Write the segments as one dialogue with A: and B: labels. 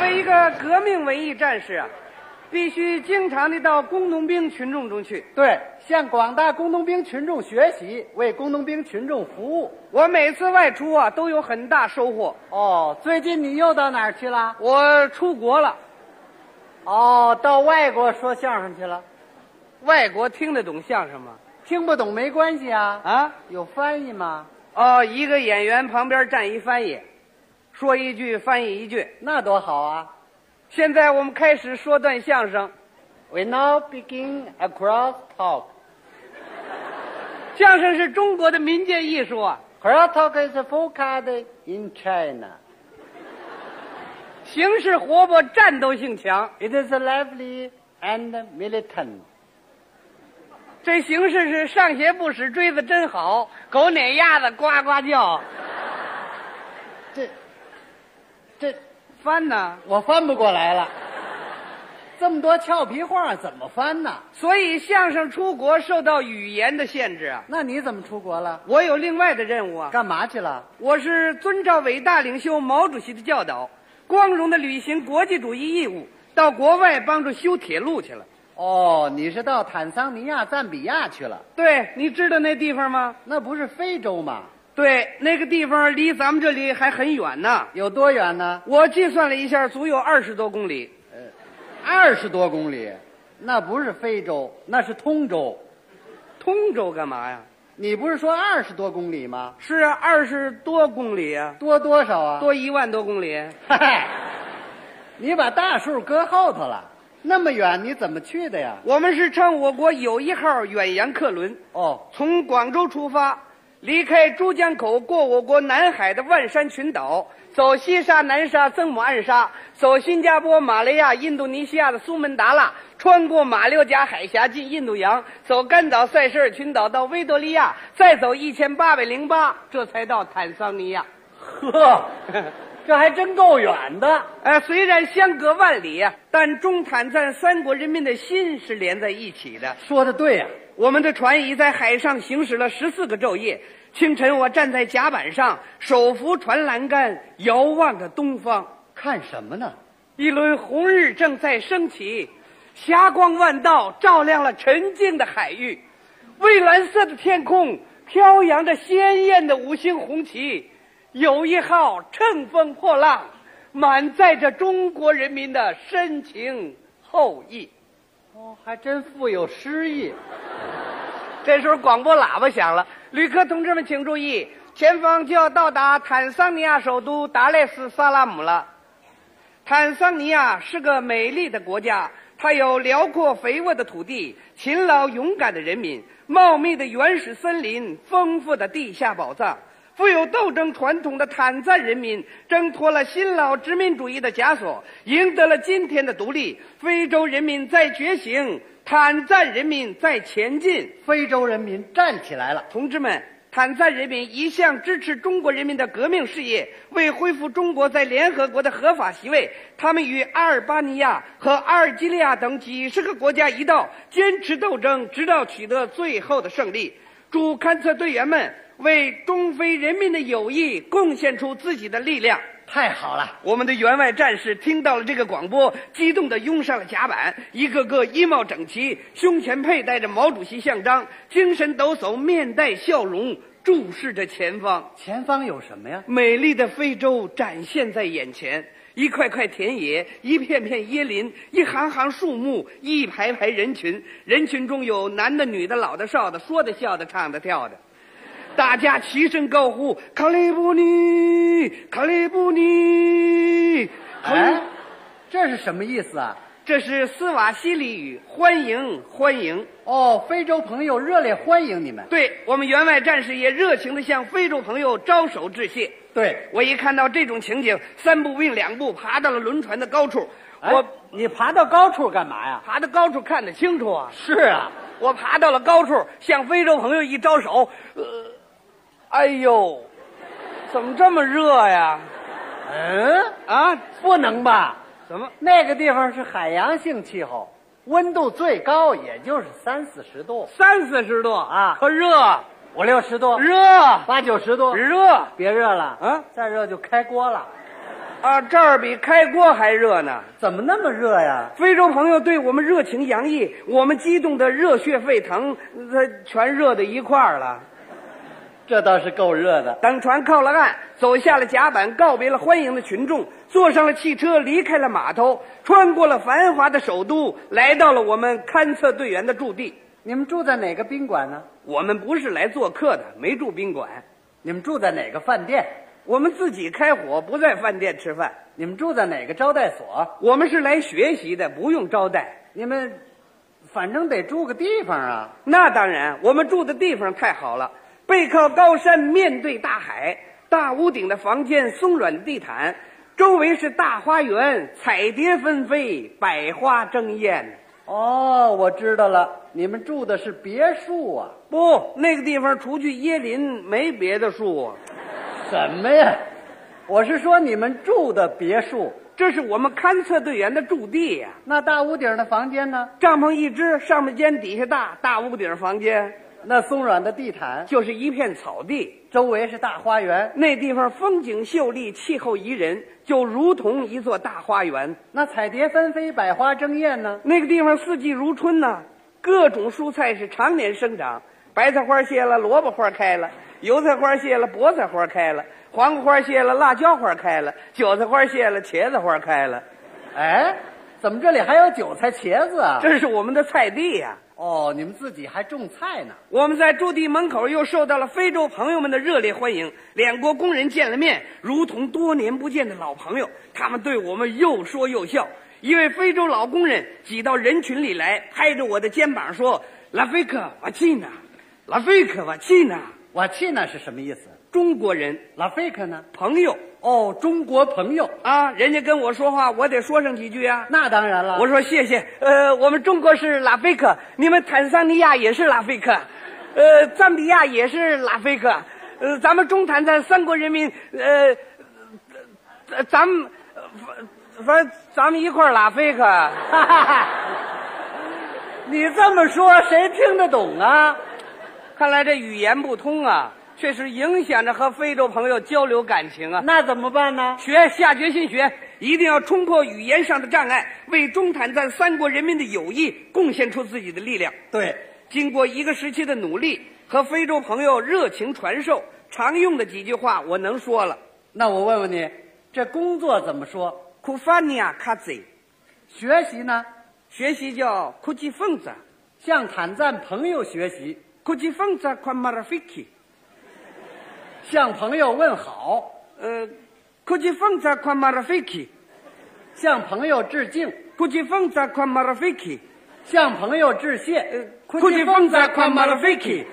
A: 为一个革命文艺战士啊，必须经常的到工农兵群众中去。
B: 对，向广大工农兵群众学习，为工农兵群众服务。
A: 我每次外出啊，都有很大收获。
B: 哦，最近你又到哪儿去了？
A: 我出国了，
B: 哦，到外国说相声去了。
A: 外国听得懂相声吗？
B: 听不懂没关系啊，
A: 啊？
B: 有翻译吗？
A: 哦，一个演员旁边站一翻译，说一句翻译一句。
B: 那多好啊
A: 现在我们开始说段相声，
B: ！We now begin a cross talk.
A: 相声是中国的民间艺术啊，
B: Cross talk is forecast in China.
A: 形式活泼，战斗性强。
B: It is lively and militant.
A: 这形式是上学不使锥子真好，狗撵鸭子呱呱叫。
B: 这，这
A: 翻呢？
B: 我翻不过来了。这么多俏皮话怎么翻呢？
A: 所以相声出国受到语言的限制啊。
B: 那你怎么出国了？
A: 我有另外的任务啊，
B: 干嘛去了？
A: 我是遵照伟大领袖毛主席的教导，光荣的履行国际主义义务，到国外帮助修铁路去了。
B: 哦，你是到坦桑尼亚、赞比亚去了？
A: 对，你知道那地方吗？
B: 那不是非洲吗？
A: 对，那个地方离咱们这里还很远呢。
B: 有多远呢？
A: 我计算了一下，足有二十多公里。
B: 二十多公里，那不是非洲，那是通州。
A: 通州干嘛呀？
B: 你不是说二十多公里吗？
A: 是啊，二十多公里啊，
B: 多多少啊？
A: 多一万多公里。
B: 嗨， 你把大数搁后头了，那么远你怎么去的呀？
A: 我们是乘我国友谊号远洋客轮，
B: 哦，
A: 从广州出发，离开珠江口，过我国南海的万山群岛，走西沙、南沙、曾母暗沙，走新加坡、马来亚、印度尼西亚的苏门答腊，穿过马六甲海峡进印度洋，走甘岛、塞舌尔群岛到维多利亚，再走一千八百零八，这才到坦桑尼亚。
B: 呵， 这还真够远的。
A: 呃，虽然相隔万里呀，但中坦赞三国人民的心是连在一起的。
B: 说的对呀、
A: 我们的船已在海上行驶了十四个昼夜。清晨，我站在甲板上，手扶船栏杆，遥望着东方，
B: 看什么呢？
A: 一轮红日正在升起，霞光万道，照亮了沉静的海域。蔚蓝色的天空飘扬着鲜艳的五星红旗，友谊号乘风破浪，满载着中国人民的深情厚谊。
B: 哦，还真富有诗意。
A: 这时候广播喇叭响了，旅客同志们请注意，前方就要到达坦桑尼亚首都达赖斯萨拉姆了。坦桑尼亚是个美丽的国家，它有辽阔肥沃的土地、勤劳勇敢的人民、茂密的原始森林、丰富的地下宝藏。富有斗争传统的坦赞人民挣脱了新老殖民主义的枷锁，赢得了今天的独立。非洲人民在觉醒，坦赞人民在前进。
B: 非洲人民站起来了。
A: 同志们，坦赞人民一向支持中国人民的革命事业，为恢复中国在联合国的合法席位，他们与阿尔巴尼亚和阿尔及利亚等几十个国家一道，坚持斗争，直到取得最后的胜利。祝勘测队员们为中非人民的友谊贡献出自己的力量。
B: 太好了，
A: 我们的员外战士听到了这个广播，激动地拥上了甲板，一个个衣帽整齐，胸前佩戴着毛主席像章，精神抖擞，面带笑容，注视着前方。
B: 前方有什么呀？
A: 美丽的非洲展现在眼前，一块块田野，一片片椰林，一行行树木，一排排人群。人群中有男的、女的、老的、少的，说的、笑的、唱的、跳的。大家齐声高呼：“卡利布尼，卡利布尼！”
B: 哎，这是什么意思啊？
A: 这是斯瓦希里语，欢迎，欢迎。
B: 哦，非洲朋友热烈欢迎你们。
A: 对我们员外战士也热情地向非洲朋友招手致谢。
B: 对，
A: 我一看到这种情景，三步并两步爬到了轮船的高处。我
B: 我你爬到高处干嘛呀？
A: 爬到高处看得清楚啊！
B: 是啊，
A: 我爬到了高处，向非洲朋友一招手，呃，哎呦，怎么这么热呀？
B: 嗯，
A: 啊，
B: 不能吧？
A: 怎么？
B: 那个地方是海洋性气候，温度最高也就是三四十度，
A: 三四十度
B: 啊
A: 可热，
B: 五六十度，
A: 热，
B: 八九十度，
A: 热。
B: 别热了，
A: 啊
B: 再热就开锅了。
A: 啊，这儿比开锅还热呢。
B: 怎么那么热呀？
A: 非洲朋友对我们热情洋溢，我们激动得热血沸腾，他全热到一块儿了。
B: 这倒是够热的。
A: 等船靠了岸，走下了甲板，告别了欢迎的群众，坐上了汽车，离开了码头，穿过了繁华的首都，来到了我们勘测队员的驻地。
B: 你们住在哪个宾馆呢？
A: 我们不是来做客的，没住宾馆，
B: 你们住在哪个饭店？
A: 我们自己开火，不在饭店吃饭。
B: 你们住在哪个招待所？
A: 我们是来学习的，不用招待。
B: 你们反正得住个地方啊。
A: 那当然，我们住的地方太好了，背靠高山，面对大海，大屋顶的房间，松软的地毯，周围是大花园，彩蝶纷飞，百花争艳。
B: 哦，我知道了，你们住的是别墅啊？
A: 不，那个地方除去椰林没别的树，
B: 什么呀？我是说你们住的别墅。
A: 这是我们勘测队员的驻地呀、
B: 那大屋顶的房间呢？
A: 帐篷一支，上面尖，底下大，大屋顶房间
B: 那松软的地毯，
A: 就是一片草地。
B: 周围是大花园，
A: 那地方风景秀丽，气候宜人，就如同一座大花园。
B: 那彩蝶纷飞，百花争艳呢。
A: 那个地方四季如春呐、各种蔬菜是常年生长，白菜花谢了，萝卜花开了，油菜花谢了，菠菜花开了，黄瓜花谢了，辣椒花开了，韭菜花谢了，茄子花开了。
B: 哎，怎么这里还有韭菜、茄子啊？
A: 这是我们的菜地呀、
B: 哦，你们自己还种菜呢？
A: 我们在驻地门口又受到了非洲朋友们的热烈欢迎，两国工人见了面，如同多年不见的老朋友，他们对我们又说又笑。一位非洲老工人挤到人群里来，拍着我的肩膀说：“拉菲克瓦契纳，拉菲克瓦契纳，
B: 瓦契那是什么意思？
A: 中国人
B: 拉菲克呢？
A: 朋友
B: 哦，中国朋友，
A: 啊，人家跟我说话，我得说上几句啊。”
B: 那当然了。
A: 我说谢谢，呃，我们中国是拉菲克，你们坦桑尼亚也是拉菲克，呃，赞比亚也是拉菲克，呃，咱们中坦赞三国人民，呃，呃咱们，呃反反正咱们一块儿拉菲克，
B: 哈哈哈，你这么说谁听得懂啊？
A: 看来这语言不通啊，确实影响着和非洲朋友交流感情 啊。
B: 那怎么办呢？
A: 学下决心学，一定要冲破语言上的障碍，为中坦赞三国人民的友谊贡献出自己的力量。
B: 对，
A: 经过一个时期的努力和非洲朋友热情传授，常用的几句话我能说了。
B: 那我问问你，这工作怎么说？
A: 库法尼亚卡兹，
B: 学习呢？
A: 学习叫库吉凤子，
B: 向坦赞朋友学习，
A: 库吉凤子夸马拉菲基，
B: 向朋友问好，
A: 呃，库吉凤子夸马拉菲基，
B: 向朋友致敬，
A: 库吉凤子夸马拉菲基，
B: 向朋友致
A: 呃
B: 谢。，
A: 库吉凤子夸马拉菲基。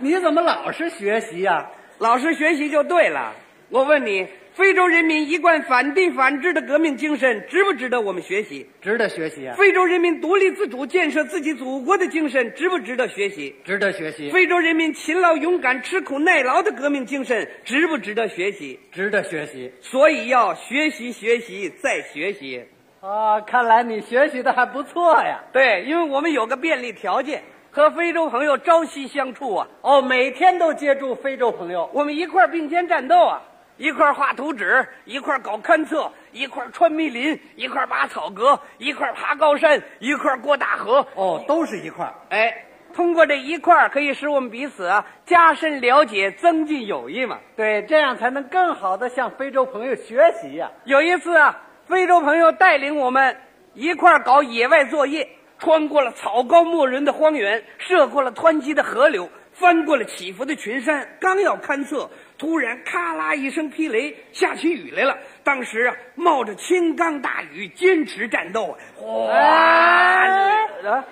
B: 你怎么老是学习呀、
A: 老师学习就对了。我问你，非洲人民一贯反帝反制的革命精神，值不值得我们学习？
B: 值得学习啊，
A: 非洲人民独立自主、建设自己祖国的精神值不值得学习？
B: 值得学习，
A: 非洲人民勤劳、勇敢、吃苦耐劳的革命精神值不值得学习？
B: 值得学习
A: 所以要学习、学习再学习。
B: 啊！看来你学习的还不错呀。
A: 对，因为我们有个便利条件，和非洲朋友朝夕相处啊，
B: 哦，每天都接触非洲朋友，
A: 我们一块儿并肩战斗啊，一块儿画图纸，一块儿搞勘测，一块儿穿密林，一块儿拔草格，一块儿爬高山，一块儿过大河，
B: 哦，都是一块儿。
A: 哎，通过这一块儿，可以使我们彼此啊加深了解，增进友谊嘛。
B: 对，这样才能更好的向非洲朋友学习呀、
A: 有一次啊，非洲朋友带领我们一块儿搞野外作业，穿过了草高莫人的荒原，涉过了湍急的河流，翻过了起伏的群山。刚要勘测，突然咔啦一声劈雷，下起雨来了。当时啊，冒着倾缸大雨，坚持战斗啊！哗、
B: 哎，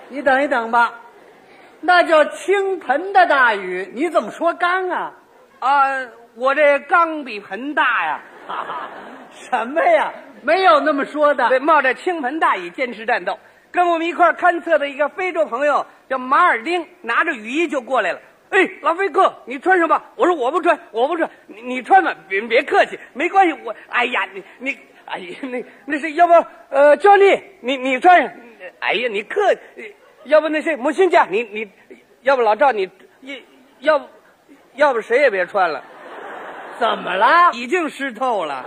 B: 你等一等吧，那叫倾盆的大雨，你怎么说干啊？
A: 啊，我这缸比盆大呀！
B: 哈哈，什么呀？没有那么说的。
A: 对，冒着倾盆大雨坚持战斗。跟我们一块儿勘测的一个非洲朋友叫马尔丁，拿着雨衣就过来了。哎，老飞哥，你穿上吧。我说我不穿，我不穿，你你穿吧，别别客气，没关系。我哎呀，你你哎呀，那那是要不呃，Johnny，你你穿上。哎呀，你客，要不那谁，母亲家，你你，要不老赵，你要要不要不谁也别穿了，
B: 怎么了？
A: 已经湿透了。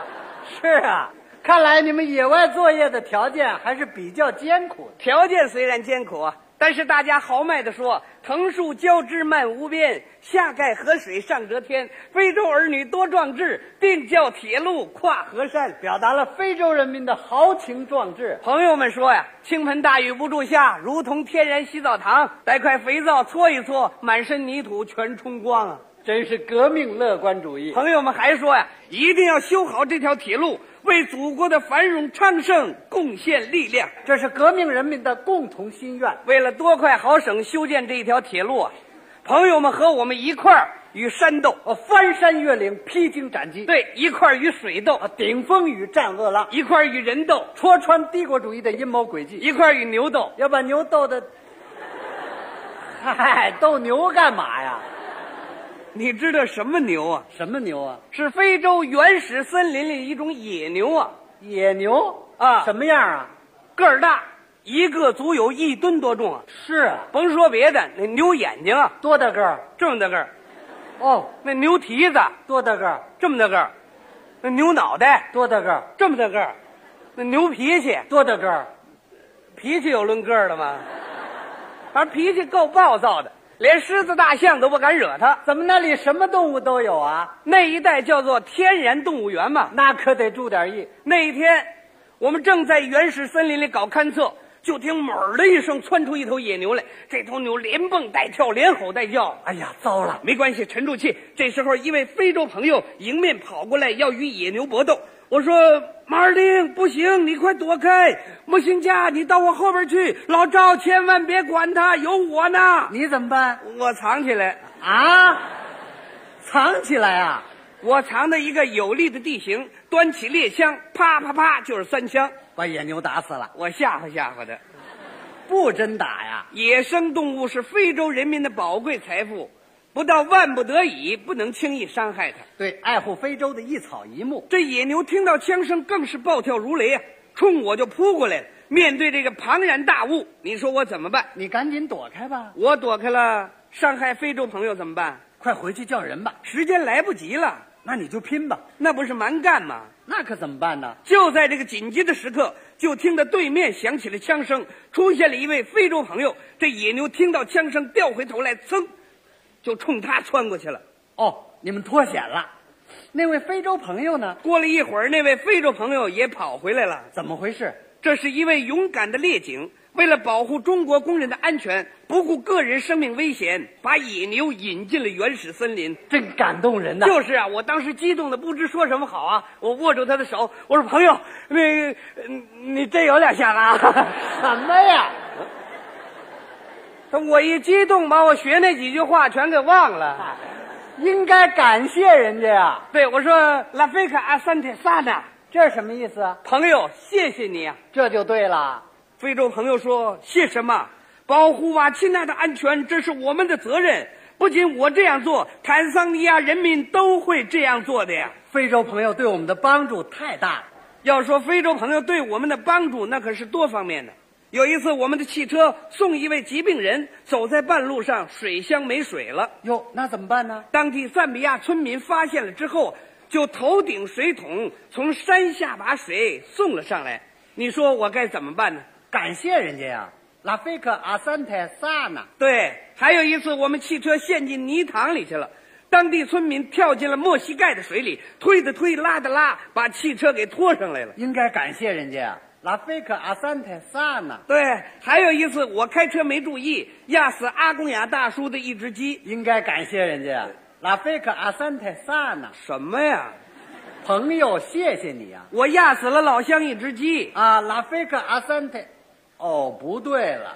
B: 是啊，看来你们野外作业的条件还是比较艰苦的。
A: 条件虽然艰苦啊，但是大家豪迈地说：“藤树交织漫无边，下盖河水上遮天。非洲儿女多壮志，定叫铁路跨河山。”
B: 表达了非洲人民的豪情壮志。
A: 朋友们说呀，倾盆大雨不住下，如同天然洗澡堂，来块肥皂搓一搓，满身泥土全冲光啊！
B: 真是革命乐观主义。
A: 朋友们还说呀，一定要修好这条铁路，为祖国的繁荣昌盛贡献力量。
B: 这是革命人民的共同心愿。
A: 为了多快好省修建这一条铁路啊，朋友们和我们一块儿与山斗，
B: 哦，翻山越岭，披荆斩棘，
A: 对，一块儿与水斗
B: 啊，，顶风雨战恶浪，
A: 一块儿与人斗，
B: 戳穿帝国主义的阴谋诡计，
A: 一块儿与牛斗。
B: 要把牛斗 的，嗨，斗牛干嘛呀？
A: 你知道什么牛啊？
B: 什么牛啊？
A: 是非洲原始森林里一种野牛啊，
B: 野牛
A: 啊
B: 什么样啊？
A: 个儿大，一个足有一吨多重啊。
B: 是啊，
A: 甭说别的，那牛眼睛啊，
B: 多大个儿？
A: 这么大个儿；
B: 哦，
A: 那牛蹄子啊
B: 多大个儿？
A: 这么大个儿；那牛脑袋啊
B: 多大个儿？
A: 这么大个儿；那牛脾气，啊
B: 多大个儿？
A: 脾气有论个儿的吗？反正脾气够暴躁的，连狮子、大象都不敢惹它。
B: 怎么那里什么动物都有啊？
A: 那一带叫做天然动物园嘛。
B: 那可得注点意。
A: 那一天，我们正在原始森林里搞勘测，就听“猛”的一声窜出一头野牛来。这头牛连蹦带跳，连吼带叫。
B: 哎呀，糟了！
A: 没关系，沉住气。这时候，一位非洲朋友迎面跑过来，要与野牛搏斗。我说：“马尔丁，不行，你快躲开！莫辛加，你到我后边去。老赵，千万别管他，有我呢。
B: 你怎么办
A: 我藏起来，
B: 啊？藏起来啊？
A: 我藏在一个有利的地形，端起猎枪，啪啪啪就是三枪，
B: 把野牛打死了？
A: 我吓唬吓唬的。
B: 不真打呀？
A: 野生动物是非洲人民的宝贵财富，不到万不得已，不能轻易伤害它。
B: 对，爱护非洲的一草一木。
A: 这野牛听到枪声，更是暴跳如雷啊，冲我就扑过来了。面对这个庞然大物，你说我怎么办？
B: 你赶紧躲开吧，
A: 我躲开了，伤害非洲朋友怎么办？
B: 快回去叫人吧。
A: 时间来不及了，
B: 那你就拼吧，
A: 那不是蛮干吗？
B: 那可怎么办呢？
A: 就在这个紧急的时刻，就听到对面响起了枪声，出现了一位非洲朋友。这野牛听到枪声，掉回头来，噌，就冲他窜过去了。
B: 哦，你们脱险了。那位非洲朋友呢？
A: 过了一会儿，那位非洲朋友也跑回来了。
B: 怎么回事？
A: 这是一位勇敢的猎警，为了保护中国工人的安全，不顾个人生命危险，把野牛引进了原始森林。
B: 真感动人呐！
A: 就是啊，我当时激动的不知说什么好啊！我握住他的手，我说：“朋友，那个，嗯你真有点像啊！”
B: 什么呀？
A: 我一激动，把我学那几句话全给忘了。
B: 应该感谢人家呀。
A: 对，我说：“拉菲卡阿桑铁萨纳，
B: 这是什么意思啊？
A: 朋友，谢谢你啊！”
B: 这就对了。
A: 非洲朋友说：“谢什么？保护瓦钦纳的安全，这是我们的责任。不仅我这样做，坦桑尼亚人民都会这样做的呀。
B: 非洲朋友对我们的帮助太大了。
A: 要说非洲朋友对我们的帮助，那可是多方面的。有一次，我们的汽车送一位疾病人，走在半路上，水箱没水了。
B: 哟，那怎么办呢？
A: 当地赞比亚村民发现了之后，就头顶水桶从山下把水送了上来。你说我该怎么办呢？”
B: 感谢人家呀。拉菲克阿三泰萨纳，
A: 对，还有一次我们汽车陷进泥塘里去了，当地村民跳进了没膝盖的水里，推的推，拉的拉，把汽车给拖上来了。
B: 应该感谢人家呀。拉菲克阿三泰萨纳，
A: 对，还有一次我开车没注意，压死阿公雅大叔的一只鸡。
B: 应该感谢人家呀。拉菲克阿三泰萨纳，
A: 什么呀？
B: 朋友，谢谢你呀。
A: 我压死了老乡一只鸡，
B: 啊，拉菲克阿三泰，哦，不对了，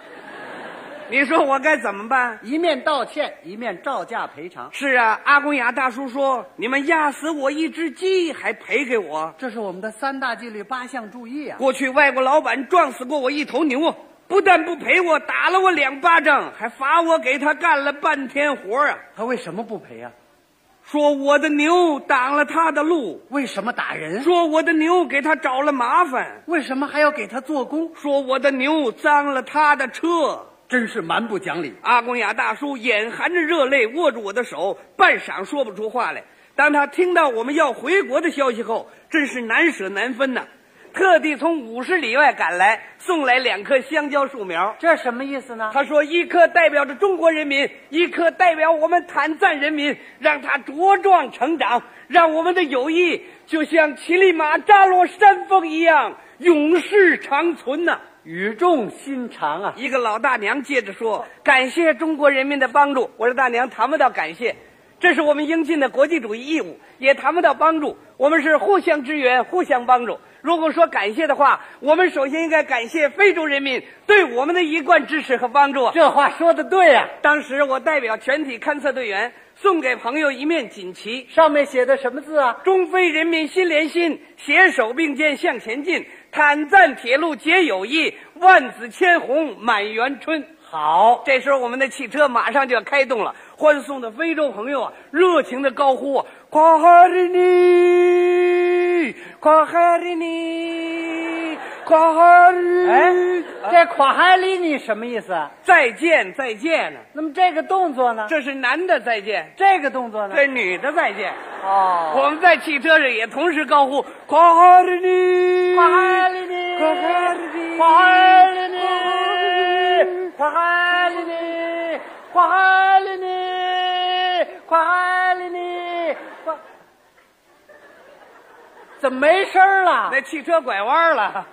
A: 你说我该怎么办？
B: 一面道歉，一面照价赔偿，
A: 是啊，阿公雅大叔说：“你们压死我一只鸡，还赔给我。”
B: 这是我们的三大纪律八项注意啊。
A: 过去外国老板撞死过我一头牛，不但不赔我，打了我两巴掌，还罚我给他干了半天活啊！
B: 他为什么不赔啊？
A: 说我的牛挡了他的路，
B: 为什么打人？
A: 说我的牛给他找了麻烦，
B: 为什么还要给他做工？
A: 说我的牛脏了他的车。
B: 真是蛮不讲理。
A: 阿公雅大叔眼含着热泪握住我的手，半晌说不出话来。当他听到我们要回国的消息后，真是难舍难分呐、特地从五十里外赶来，送来两棵香蕉树苗。
B: 这什么意思呢？
A: 他说：“一棵代表着中国人民，一棵代表我们坦赞人民，让它茁壮成长，让我们的友谊就像乞力马扎罗山峰一样永世长存呐、
B: 语重心长啊！
A: 一个老大娘接着说：“感谢中国人民的帮助。”我说：“大娘，谈不到感谢，这是我们应尽的国际主义义务，也谈不到帮助。我们是互相支援，互相帮助。如果说感谢的话，我们首先应该感谢非洲人民对我们的一贯支持和帮助。”
B: 这话说的对啊呀、
A: 当时我代表全体勘测队员送给朋友一面锦旗，
B: 上面写的什么字啊？
A: 中非人民心连心，携手并肩向前进，坦赞铁路结友谊，万紫千红满园春。
B: 好，
A: 这时候我们的汽车马上就要开动了，欢送的非洲朋友啊，热情的高呼啊：“夸哈里尼，夸哈里尼，夸哈里尼！”
B: 哎，
A: 嗯
B: 这垮海里你什么意思啊？
A: 再见，再见呢、
B: 那么这个动作呢？
A: 这是男的再见，
B: 这个动作呢？
A: 这女的再见。
B: 哦，
A: 我们在汽车上也同时高呼“夸哈里尼”，
B: 垮海里你，
A: 垮海里你
B: 垮海里你，垮海里你，垮海里你，垮海里你，垮，怎么没声儿了？
A: 那汽车拐弯了。